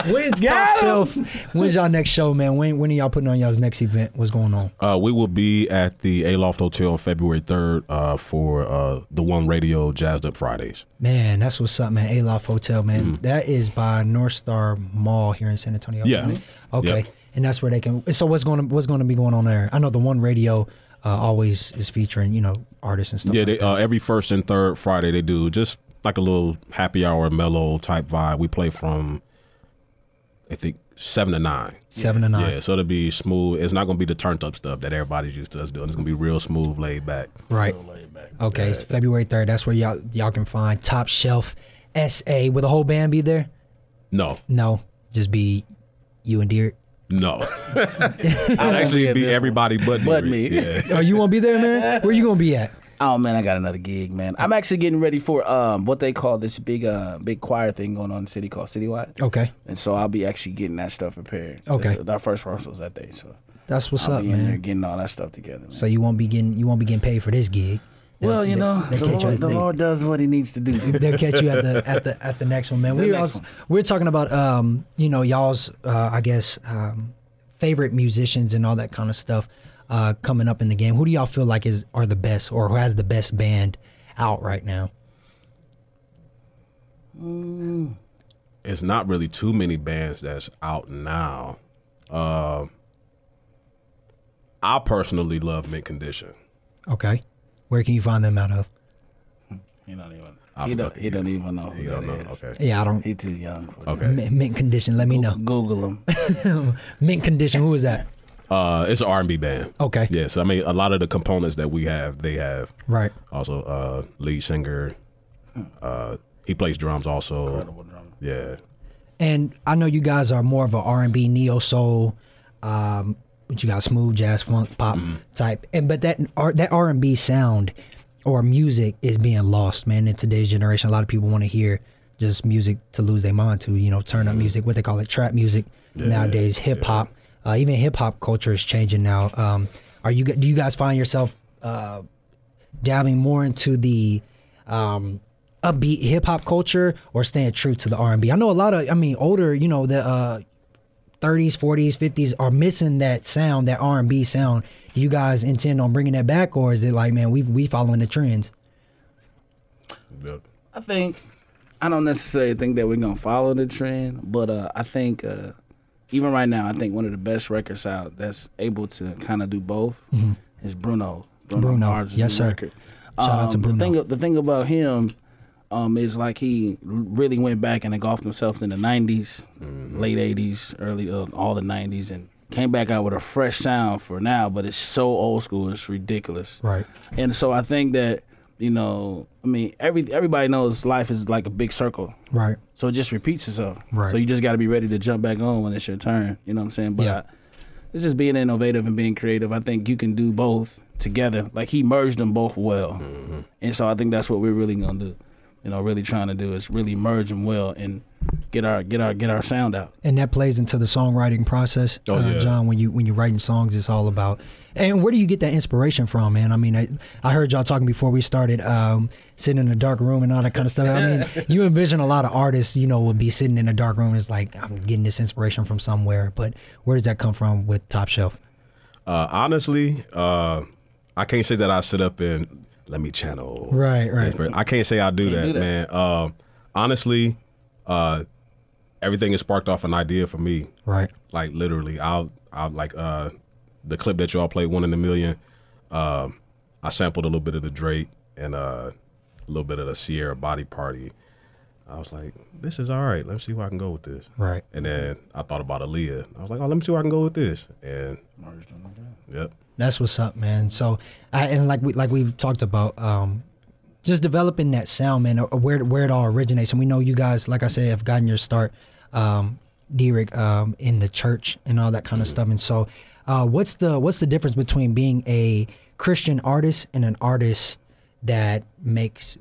when's top shelf? When's y'all next show, man? When when are y'all putting on y'all's next event? What's going on? Uh, we will be at the Aloft Hotel on February 3rd uh, for uh, the One Radio Jazzed Up Fridays. Man, that's what's up, man. Aloft Hotel, man. That is by North Star Mall here in San Antonio. Mm. Yeah. isn't it? Okay. Yep. And that's where they can. So what's going to what's going to be going on there? I know the One Radio uh, always is featuring you know artists and stuff. Yeah, like they, that. uh, every first and third Friday they do just like a little happy hour, mellow type vibe. We play from, I think, 7 to 9. seven to nine. Yeah, so it'll be smooth. It's not going to be the turned up stuff that everybody's used to us doing. It's going to be real smooth, laid back. Right. Okay, it's February third. That's where y'all y'all can find Top Shelf SA. Will the whole band be there? No, No, just be you and Deer. no. I'll actually at be this one. everybody but, But me. me. Yeah. Oh, you won't be there, man. Where you gonna be at? Oh man, I got another gig, man. I'm actually getting ready for um what they call this big uh big choir thing going on in the city called Citywide. Okay, And so I'll be actually getting that stuff prepared. Oh. Okay. That's- our first rehearsal's that day, so that's what's I'll up, be in there man. getting all that stuff together. man. So you won't be getting you won't be getting paid for this gig. well, you They- know, they the, catch you- Lord, the they- Lord does what He needs to do. They'll catch you at the at the at the next one, man. The we're next also- one. we're talking about um, you know y'all's uh, I guess um, favorite musicians and all that kind of stuff uh, coming up in the game. Who do y'all feel like is are the best or who has the best band out right now? it's not really too many bands that's out now. Uh, I personally love Mint Condition. Okay, where can you find them out of? He don't even. I He forgot don't, the he gig. don't even know. Who You Oh, that don't know? is. Okay. Yeah, I don't. He too young for that. Okay. Mint, mint condition. Let me know. Google him. Mint condition. Who is that? Uh, it's an R&B band. Okay. Yeah, so I mean, a lot of the components that we have, they have. Right. Also, uh, lead singer. Uh, he plays drums also. Yeah. And I know you guys are more of a R and B neo soul. Um, but you got smooth jazz, funk, pop type. And but that R that R and B sound or music is being lost, man. In today's generation, a lot of people want to hear just music to lose their mind to. You know, turn up music. What they call it, trap music nowadays. Hip hop. Uh, even hip hop culture is changing now. Um, are you? g- Do you guys find yourself? Uh, diving more into the um, upbeat hip hop culture or staying true to the R and B. I know a lot of, I mean, older, you know, the uh, 30s, 40s, 50s are missing that sound, that R and B sound. Do you guys intend on bringing that back, or is it like, man, we we following the trends? I think I don't necessarily think that we're gonna follow the trend, but uh, I think uh, even right now, I think one of the best records out that's able to kind of do both is Bruno. Bruno, Mm-hmm. Bruno. Mars' Yes, new sir. Record. Shout out to Um, Bruno. The thing, the thing about him um, is like he really went back and engulfed himself in the '90s, late '80s, early uh, all the '90s, and came back out with a fresh sound for now. But it's so old school; it's ridiculous. Right. And so I think that you know, I mean, every everybody knows life is like a big circle, Right. so it just repeats itself. Right. So you just got to be ready to jump back on when it's your turn. You know what I'm saying? But Yeah. I, it's just being innovative and being creative. I think you can do both together. Like he merged them both well, Mm-hmm. and so I think that's what we're really gonna do. You know, really trying to do is really merge them well and get our get our get our sound out. and that plays into the songwriting process. uh, Oh, yeah. John, when you when you're writing songs, it's all about. And where do you get that inspiration from, man? I mean, I, I heard y'all talking before we started, um, sitting in a dark room and all that kind of stuff. I mean, you envision a lot of artists, you know, would be sitting in a dark room. And it's like I'm getting this inspiration from somewhere, but where does that come from with Top Shelf? Uh, honestly, uh, I can't say that I sit up and let me channel. Right, right. But I can't say I do, that, do that. man. Um, honestly, uh, everything is sparked off an idea for me. Right. Like literally, I'll I'll like uh, the clip that y'all played, One in a Million. Um, I sampled a little bit of the Drake and uh, a little bit of the Sierra Body Party. I was like, this is all right. Let me see where I can go with this. Right. And then I thought about Aaliyah. I was like, oh, let me see where I can go with this. And yep. That's what's up, man. So, I, and like we like we've talked about, um, just developing that sound, man. uh, Where where it all originates, and we know you guys, like I said, have gotten your start, um, Derek, um, in the church and all that kind of stuff. And so, uh, what's the what's the difference between being a Christian artist and an artist that makes,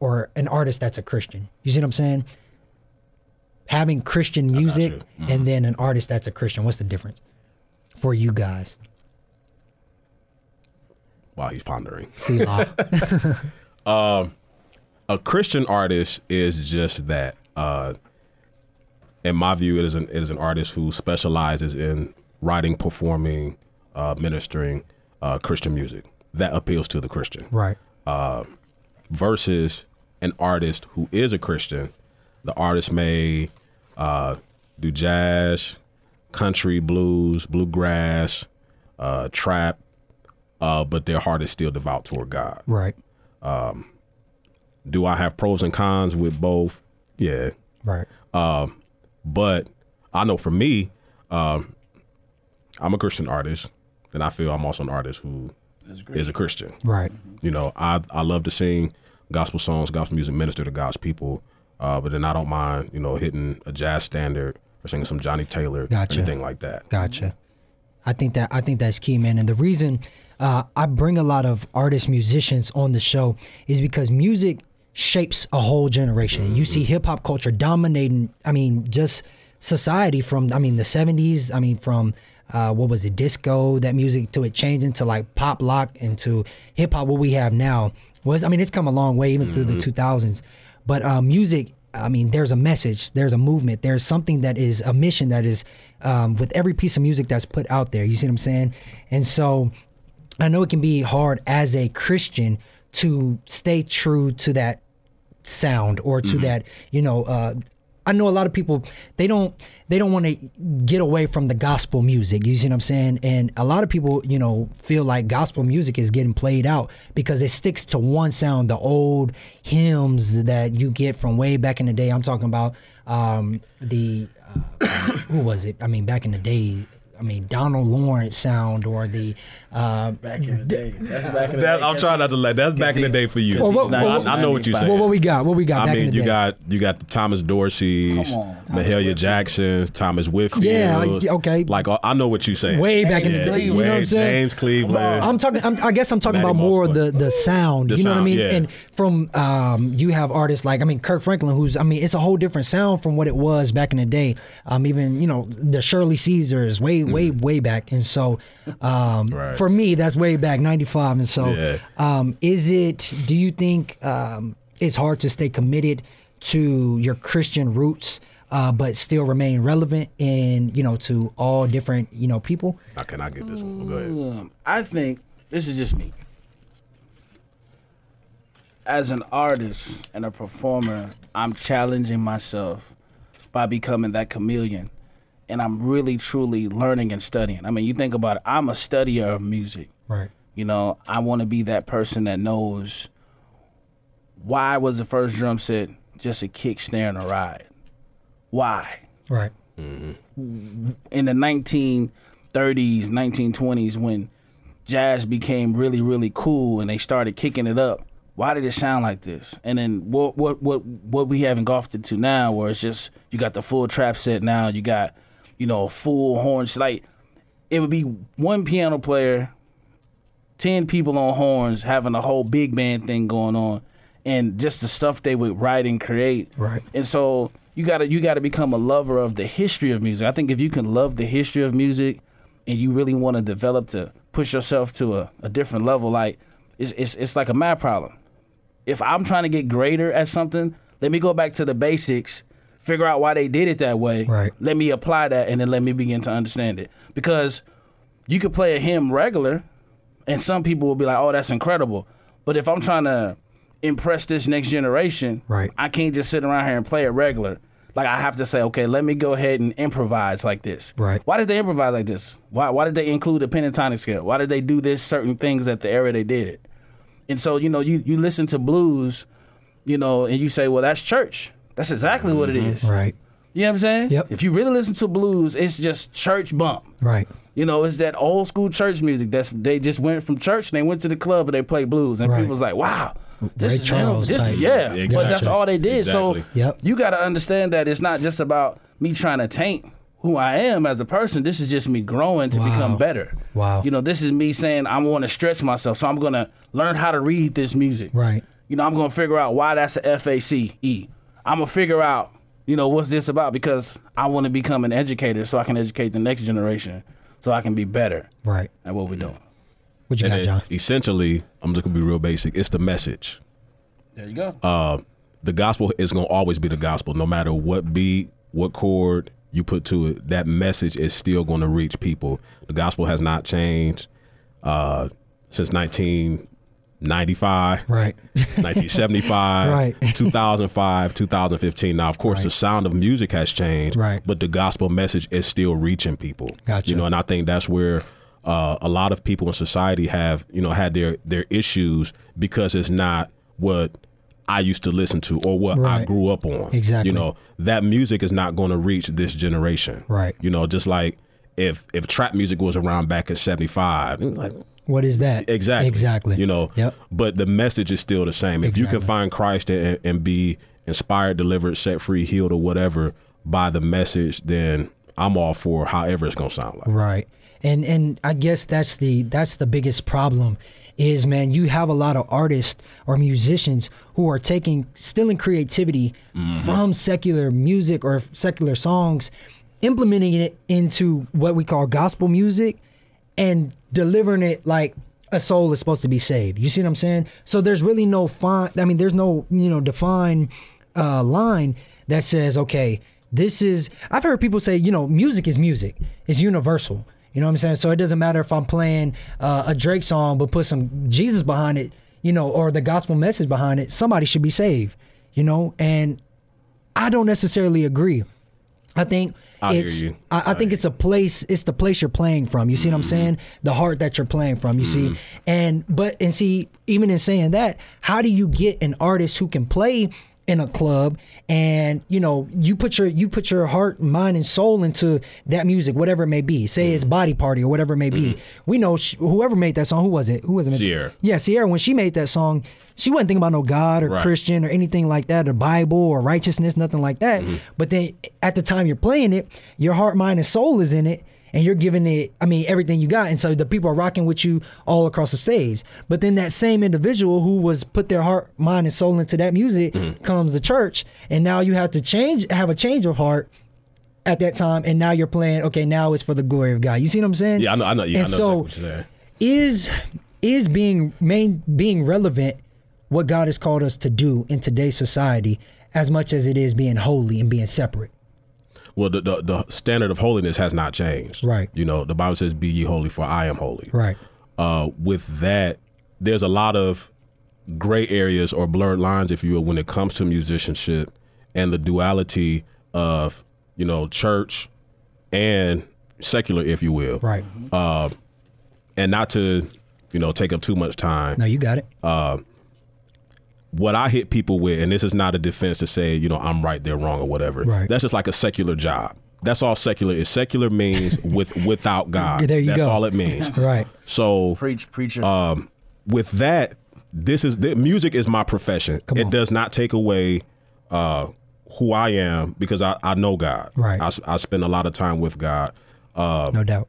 or an artist that's a Christian? You see what I'm saying? having Christian music you. and then an artist that's a Christian? What's the difference for you guys? While he's pondering. See, law. a Christian artist is just that. Uh, in my view, it is an it is an artist who specializes in writing, performing, uh, ministering uh, Christian music that appeals to the Christian right, versus an artist who is a Christian. The artist may uh, do jazz, country, blues, bluegrass, uh, trap, uh, but their heart is still devout toward God. right, Do I have pros and cons with both? Yeah, right, but I know for me, um, I'm a Christian artist, and I feel I'm also an artist who is a Christian. right, You know, I I love to sing gospel songs, gospel music, minister to God's people. Uh, but then I don't mind, you know, hitting a jazz standard or singing some Johnny Taylor Gotcha. or anything like that. gotcha. I think that I think that's key, man. And the reason uh, I bring a lot of artists, musicians on the show is because music shapes a whole generation. You see hip hop culture dominating. I mean, just society from I mean the '70s. I mean from uh, what was it, disco? That music to it changing to like pop lock into hip hop. What we have now was I mean it's come a long way even through the 2000s. But uh, music I mean, there's a message, there's a movement, there's something that is a mission that is um, with every piece of music that's put out there. You see what I'm saying? And so I know it can be hard as a Christian to stay true to that sound or Mm-hmm. to that, you know, uh, I know a lot of people they don't they don't want to get away from the gospel music. You see what I'm saying? And a lot of people, you know, feel like gospel music is getting played out because it sticks to one sound, the old hymns that you get from way back in the day. I'm talking about um, the uh, who was it? I mean, back in the day. I mean, Donald Lawrence sound or the uh, Back in the day. That's back in the That, day. I'm trying not to let that's back in the he- day for you. Well, what- I, I know what you're saying. well, what we got? What we got? I back mean, in the you day? got you got the Thomas Dorsey's, Come on, Thomas Mahalia Jackson's, Thomas Whitfield. Yeah, okay. Like I- I know what you're saying. way back in the Yeah, day. You know way- what I'm saying? James Cleveland. I'm talking. I'm, I guess I'm talking Matty about more Moss, the the sound. The you know what I sound, mean? yeah. And from um, you have artists like I mean Kirk Franklin, who's I mean it's a whole different sound from what it was back in the day. Um, even you know the Shirley Caesars, way way way back. And so, um, Mm. Right. for me that's way back '95. And so, Yeah. um, is it? Do you think um, it's hard to stay committed to your Christian roots? Uh, but still remain relevant and you know to all different you know people How can I get this one? Go Mm. ahead. Um, I think this is just me. As an artist and a performer, I'm challenging myself by becoming that chameleon. And I'm really, truly learning and studying. I mean, you think about it, I'm a studier of music. right You know, I want to be that person that knows why was the first drum set just a kick, snare, and a ride? Why? right in the 1930s, 1920s when jazz became really really cool and they started kicking it up. Why did it sound like this? And then what what what what we have engulfed into now where it's just you got the full trap set now, you got you know full horns like it would be one piano player, 10 people on horns having a whole big band thing going on and just the stuff they would write and create. Right. And so you gotta you gotta become a lover of the history of music. I think if you can love the history of music and you really want to develop to push yourself to a, a different level, like it's, it's it's like a math problem. If I'm trying to get greater at something, let me go back to the basics, figure out why they did it that way. Right. Let me apply that and then let me begin to understand it. Because you could play a hymn regular, and some people will be like, "Oh, that's incredible." But if I'm trying to impress this next generation, Right. I can't just sit around here and play it regular. Like I have to say, okay, let me go ahead and improvise like this. Right. Why did they improvise like this? Why Why did they include a pentatonic scale? Why did they do this certain things at the era they did it? And so you know, you you listen to blues, you know, and you say, well, that's church. That's exactly what it is. Mm-hmm. right You know what I'm saying? Yep. If you really listen to blues, it's just church bump. right You know, it's that old school church music. That's they just went from church and they went to the club and they played blues and Right. people was like, "Wow, this Ray is Charles This type. is yeah." Exactly. But that's all they did. So Exactly. Yep. you got to understand that it's not just about me trying to taint who I am as a person. This is just me growing to Wow. become better. Wow. You know, this is me saying I want to stretch myself, so I'm gonna learn how to read this music. Right. You know, I'm gonna figure out why that's a F A C E. I'm gonna figure out you know, what's this about? Because I want to become an educator so I can educate the next generation so I can be better Right. at what we're doing. What you And got, then John? essentially, I'm just gonna be real basic. It's the message. There you go. The gospel is gonna always be the gospel, no matter what beat, what chord you put to it. That message is still gonna reach people. The gospel has not changed uh, since 1995. Right. 1975, Right. 2005, 2015. Now, of course, the sound of music has changed, Right. but the gospel message is still reaching people. Gotcha. You know, and I think that's where uh, a lot of people in society have, you know, had their their issues because it's not what I used to listen to or what I Right. grew up on. Exactly. You know, that music is not going to reach this generation. Right. You know, just like if if trap music was around back in 75, like What is that? Exactly. Exactly. You know. Yep. But the message is still the same. If you Exactly. can find Christ and, and be inspired, delivered, set free, healed, or whatever by the message, then I'm all for however it's gonna sound like. Right. And and I guess that's the that's the biggest problem is man, you have a lot of artists or musicians who are taking stealing creativity from secular music or secular songs, implementing it into what we call gospel music and delivering it like a soul is supposed to be saved. You see what I'm saying? So there's really no fine. I mean, there's no you know defined uh, line that says okay, this is. I've heard people say you know music is music. It's universal. You know what I'm saying? So it doesn't matter if I'm playing uh, a Drake song but put some Jesus behind it, you know, or the gospel message behind it. Somebody should be saved, you know. And I don't necessarily agree. I think I hear it's you. I, I I think hear it's a place. It's the place you're playing from. You see what I'm saying? The heart that you're playing from. You see, and but and see, even in saying that, how do you get an artist who can play in a club and you know you put your you put your heart, mind, and soul into that music, whatever it may be. Say it's Body Party or whatever it may be. We know sh- whoever made that song. Who was it? Who was it? Sierra. Yeah, Sierra. When she made that song, she wasn't thinking about no God or Right. Christian. Christian or anything like that, or Bible or righteousness, nothing like that. Mm-hmm. But then at the time you're playing it, your heart, mind, and soul is in it, and you're giving it, I mean, everything you got. And so the people are rocking with you all across the stage. But then that same individual who was put their heart, mind, and soul into that music Mm-hmm. comes to church, and now you have to change, have a change of heart at that time, and now you're playing, okay, now it's for the glory of God. You see what I'm saying? Yeah, I know. I know. Yeah, and I know so exactly what you're saying. is is being main being relevant what God has called us to do in today's society as much as it is being holy and being separate. Well, the, the the standard of holiness has not changed. Right. You know, the Bible says, "Be ye holy, for I am holy." Right. uh, with that, there's a lot of gray areas or blurred lines, if you will, when it comes to musicianship and the duality of you know church and secular, if you will, Right. and not to you know take up too much time. No, you got it. Uh, What I hit people with, and this is not a defense to say you know I'm right, they're wrong, or whatever. Right. That's just like a secular job. That's all secular is. Secular means with without God. There you That's go. all it means. right. So Preach, preacher. with that, this is the music is my profession. Come on. It does not take away uh, who I am because I, I know God. Right. I, s- I spend a lot of time with God. uh, no doubt.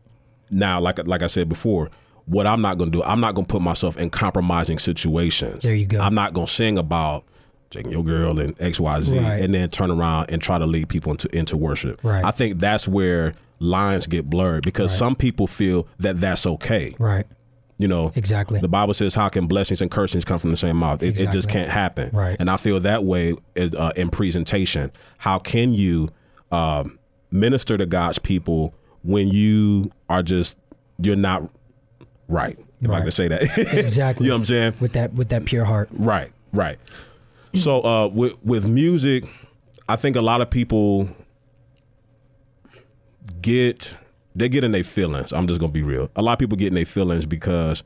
Now, like like I said before, what I'm not gonna do, I'm not gonna put myself in compromising situations. There you go. I'm not gonna sing about taking your girl and X Y Z, Right. and then turn around and try to lead people into into worship. Right. I think that's where lines get blurred because some people feel that that's okay. Right. You know, Exactly. The Bible says, "How can blessings and cursings come from the same mouth?" It, it just Exactly. can't happen. Right. And I feel that way is, uh, in presentation. How can you um, minister to God's people when you are just you're not right? If I Right. can say that Exactly. you know what I'm saying? With that with that pure heart. Right, right. So uh, with with music, I think a lot of people get they get in their feelings. I'm just gonna be real. A lot of people get in their feelings because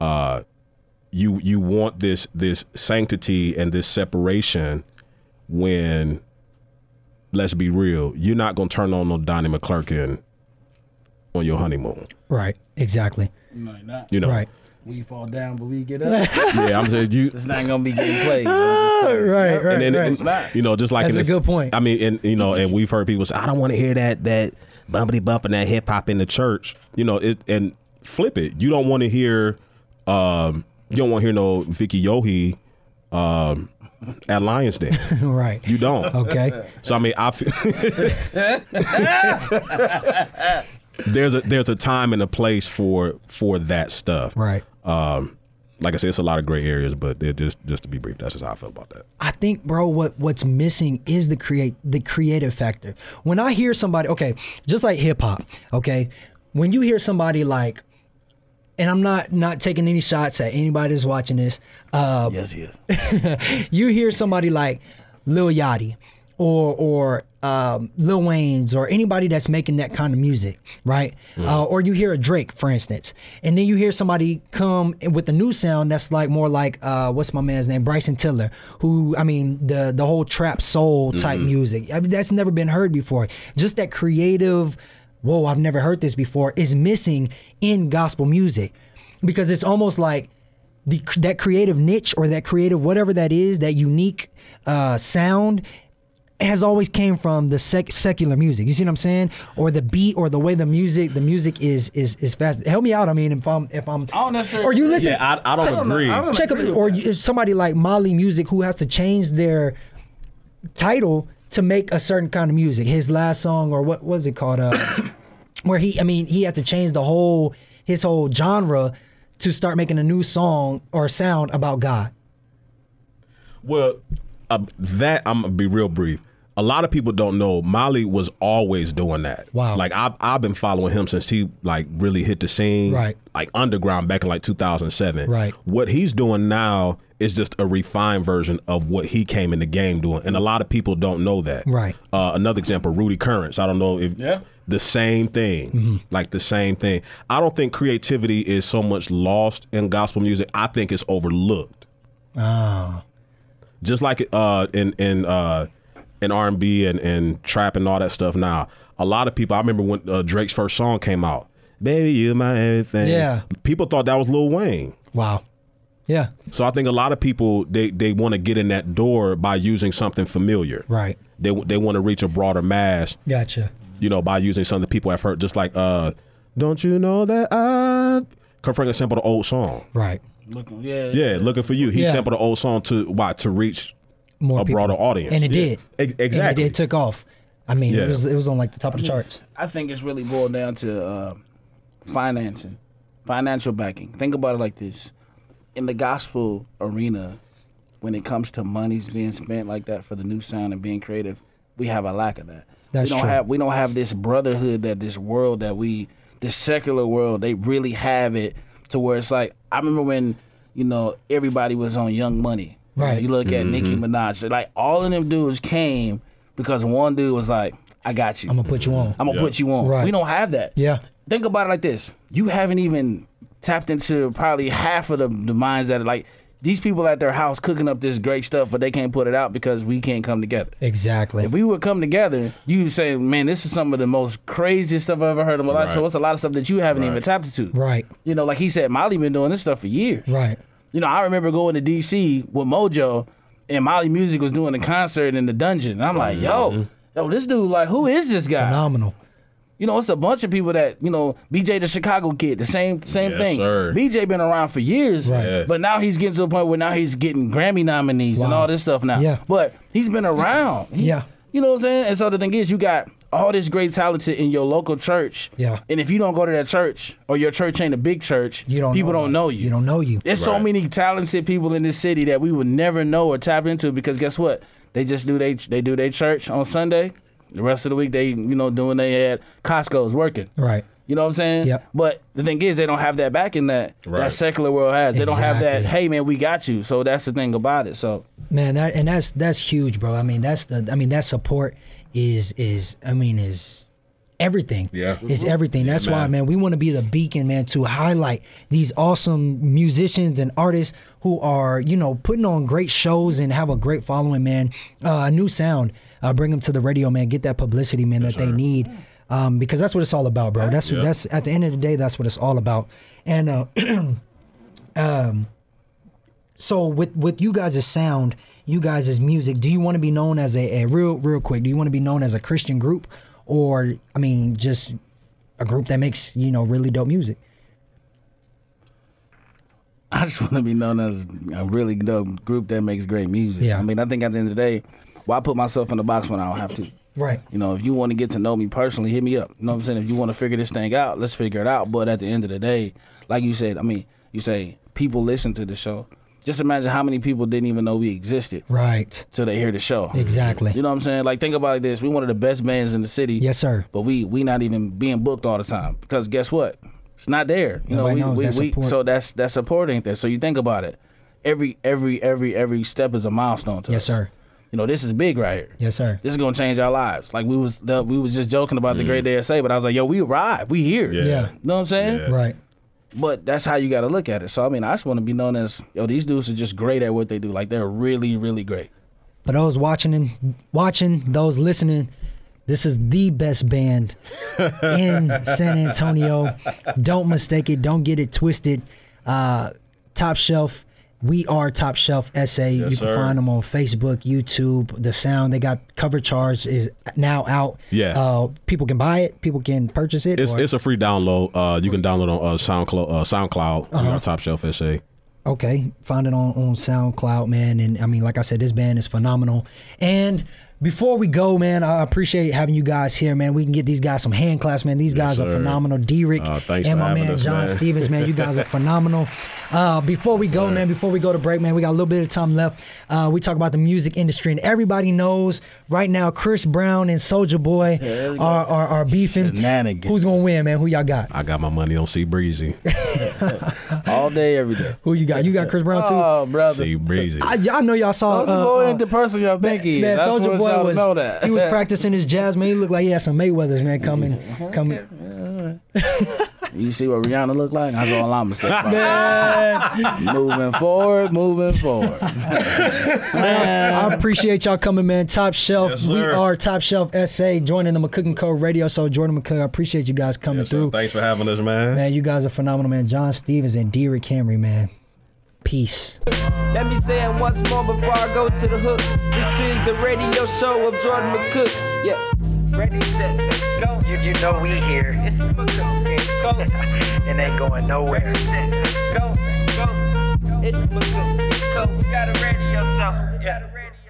uh, you you want this this sanctity and this separation when let's be real, you're not gonna turn on no Donnie McClurkin on your honeymoon. Right. Exactly. no, you're not. You know. Right. We fall down, but we get up. Yeah, I'm saying you it's not gonna be getting played. I'm just saying. Right, right, and, right. and, right. you know, just like That's in a this- good point. I mean, and you know, and we've heard people say, "I don't want to hear that that bumpity bump and that hip hop in the church." You know, it and flip it. You don't want to hear, um, you don't want to hear no Vicky Yohi, um, at Lions Den. right. You don't. Okay. So I mean, I feel there's a there's a time and a place for for that stuff. Right. Um, like I said, it's a lot of gray areas, but it just just to be brief, that's just how I feel about that. I think, bro, what what's missing is the create the creative factor. When I hear somebody, okay, just like hip hop, okay, when you hear somebody like, and I'm not not taking any shots at anybody that's watching this, uh, Yes, he is. you hear somebody like Lil Yachty or or um, Lil Wayne's or anybody that's making that kind of music, right? Uh, or you hear a Drake, for instance, and then you hear somebody come with a new sound that's like more like uh, what's my man's name, Bryson Tiller, who I mean the the whole trap soul type music I mean, that's never been heard before. Just that creative, whoa, I've never heard this before is missing in gospel music because it's almost like the that creative niche or that creative whatever that is that unique uh, sound has always came from the sec- secular music. You see what I'm saying? Or the beat or the way the music the music is is is fast. Help me out. I mean, if I'm if I'm I don't necessarily or you listen. Yeah, I, I don't agree. I don't check up agree with or that. you- it's somebody like Molly Music who has to change their title to make a certain kind of music. His last song or what was it called? Uh, where he, I mean, he had to change the whole his whole genre to start making a new song or sound about God. Well, uh, that I'm gonna be real brief. A lot of people don't know Molly was always doing that. Wow. Like I've I've been following him since he like really hit the scene, Right. Like underground back in like 2007. Right. What he's doing now is just a refined version of what he came in the game doing, and a lot of people don't know that. Right. Uh, another example, Rudy Currents. I don't know if Yeah. the same thing, Mm-hmm. like the same thing. I don't think creativity is so much lost in gospel music. I think it's overlooked just like uh in in uh in R and B and and trap and all that stuff. Now a lot of people. I remember when uh, Drake's first song came out, "Baby, You My Everything." Yeah. people thought that was Lil Wayne. Wow. Yeah. So I think a lot of people they they want to get in that door by using something familiar. Right. They they want to reach a broader mass Gotcha. you know, by using something people have heard, just like uh, don't you know that I Kurt Franklin sampled an old song. Right. Looking, yeah, Yeah, looking for you. He Yeah. sampled an old song to why to reach More a broader audience, And it did. Ex- exactly. And it, it took off. I mean, Yeah. it was it was on like the top of the charts. I think it's really boiled down to uh, financing, financial backing. Think about it like this: in the gospel arena, when it comes to monies being spent like that for the new sound and being creative, we have a lack of that. That's we don't true. have we don't have this brotherhood that this world that we this secular world they really have it to where it's like I remember when you know everybody was on Young Money. Right. You look at Nicki Minaj, they're like all of them dudes came because one dude was like, "I got you." I'm gonna put you on. I'm gonna put you on. Right. We don't have that. Yeah. Think about it like this: you haven't even tapped into probably half of the, the minds that are like these people at their house cooking up this great stuff, but they can't put it out because we can't come together. exactly. If we would come together, you say, "Man, this is some of the most craziest stuff I've ever heard in my life." Right. So it's a lot of stuff that you haven't even tapped into. right. You know, like he said, Molly been doing this stuff for years. Right. You know, I remember going to DC with Mojo and Molly Music was doing a concert in the dungeon. And I'm like, yo, yo, this dude, like, who is this Ah. guy? Phenomenal. You know, it's a bunch of people that you know. BJ, the Chicago kid, the same same Yes, thing. sir. BJ been around for years, Right. Yeah. but now he's getting to the point where now he's getting Grammy nominees and Wow. all this stuff now. Yeah. But he's been around. He- Yeah. You know what I'm saying? And so the thing is, you got all this great talent in your local church. Yeah. And if you don't go to that church or your church ain't a big church, You don't. people know don't that. know you. You don't know you. There's so Right. many talented people in this city that we would never know or tap into because guess what? They just do they they do their church on Sunday. The rest of the week they you know doing they at Costco's working. Right. You know what I'm saying? Yep. But the thing is, they don't have that back in that Right. that secular world has. They don't have that. Exactly. Hey man, we got you. So that's the thing about it. So man that and that's that's huge bro i mean that's the i mean that support is is i mean is everything Yeah. it's everything that's why man. man we want to be the beacon man to highlight these awesome musicians and artists who are you know putting on great shows and have a great following man uh, a new sound uh, bring them to the radio man get that publicity man that they need um, because that's what it's all about bro that's that's at the end of the day that's what it's all about and uh, so with with you guys' sound, you guys' music, do you want to be known as a, a real real quick? Do you want to be known as a Christian group, or I mean, just a group that makes you know really dope music? I just want to be known as a really dope group that makes great music. Yeah. I mean, I think at the end of the day, why put myself in the box when I don't have to? Right. You know, if you want to get to know me personally, hit me up. You know what I'm saying? If you want to figure this thing out, let's figure it out. But at the end of the day, like you said, I mean, you say people listen to the show. Just imagine how many people didn't even know we existed Right. till they hear the show. Exactly. You know what I'm saying? Like think about it this. We one of the best bands in the city. Yes, sir. But we we not even being booked all the time because guess what? It's not there. You Nobody know, knows we, that we, we support. so that's that support ain't there. So you think about it. Every every every every step is a milestone to Yes, us. sir. You know, this is big right here. Yes, sir. This is gonna change our lives. Like we was the, we was just joking about the great day of say, but I was like, yo, we arrived. We here. Mm. Yeah. Yeah. You know what I'm saying? Yeah. Right. But that's how you got to look at it. So I mean, I just want to be known as yo. These dudes are just great at what they do. Like they're really, really great. For those watching and watching, those listening, this is the best band in San Antonio. Don't mistake it. Don't get it twisted. Uh, top shelf. We are Top Shelf SA. you can sir. find them on Facebook, YouTube, The Sound. They got cover charge is now out. Yeah. Uh, people can buy it. People can purchase it. It's, or- it's a free download. Uh, you can download on uh, SoundCloud. Uh, SoundCloud. We are Top Shelf SA. Okay, find it on, on SoundCloud, man. And I mean, like I said, this band is phenomenal. And before we go, man, I appreciate having you guys here, man. We can get these guys some hand claps, man. These guys are sir. phenomenal. Derek Uh, thanks and for my having man us, John man. Stevens, man. You guys are phenomenal. Uh, before we go, man, before we go to break, man, we got a little bit of time left. Uh, we talk about the music industry, and everybody knows right now Chris Brown and Soldier Boy There we go. are, are, are beefing. Shenanigans. Who's going to win, man? Who y'all got? I got my money on Sea Breezy. All day, every day. Who you got? You got Chris Brown, too? Uh, Oh, brother. Sea Breezy. I, I know y'all saw. Soulja uh, Boy uh, ain't the person y'all think he is. Man, I just Soldier want Boy y'all to was know that. he was practicing his jazz. Man, he looked like he had some Mayweather's man coming, coming. You see what Rihanna look like? That's all I'm gonna say. moving forward, moving forward. I appreciate y'all coming, man. Top shelf, Yes, we sir. are Top Shelf SA joining the McCook & Co. Radio Show. Jordan McCook, I appreciate you guys coming Yes, sir. through. Thanks for having us, man. Man, you guys are phenomenal, man. John Stevens and Derrick Henry, man. Peace. Let me say it once more before I go to the hook. This is the radio show of Jordan McCook. Yeah. Ready, set, go. You, you know we here. It's go. and ain't going nowhere. Go, go. It's McCook. Go. You gotta ready yourself. You gotta ready yourself.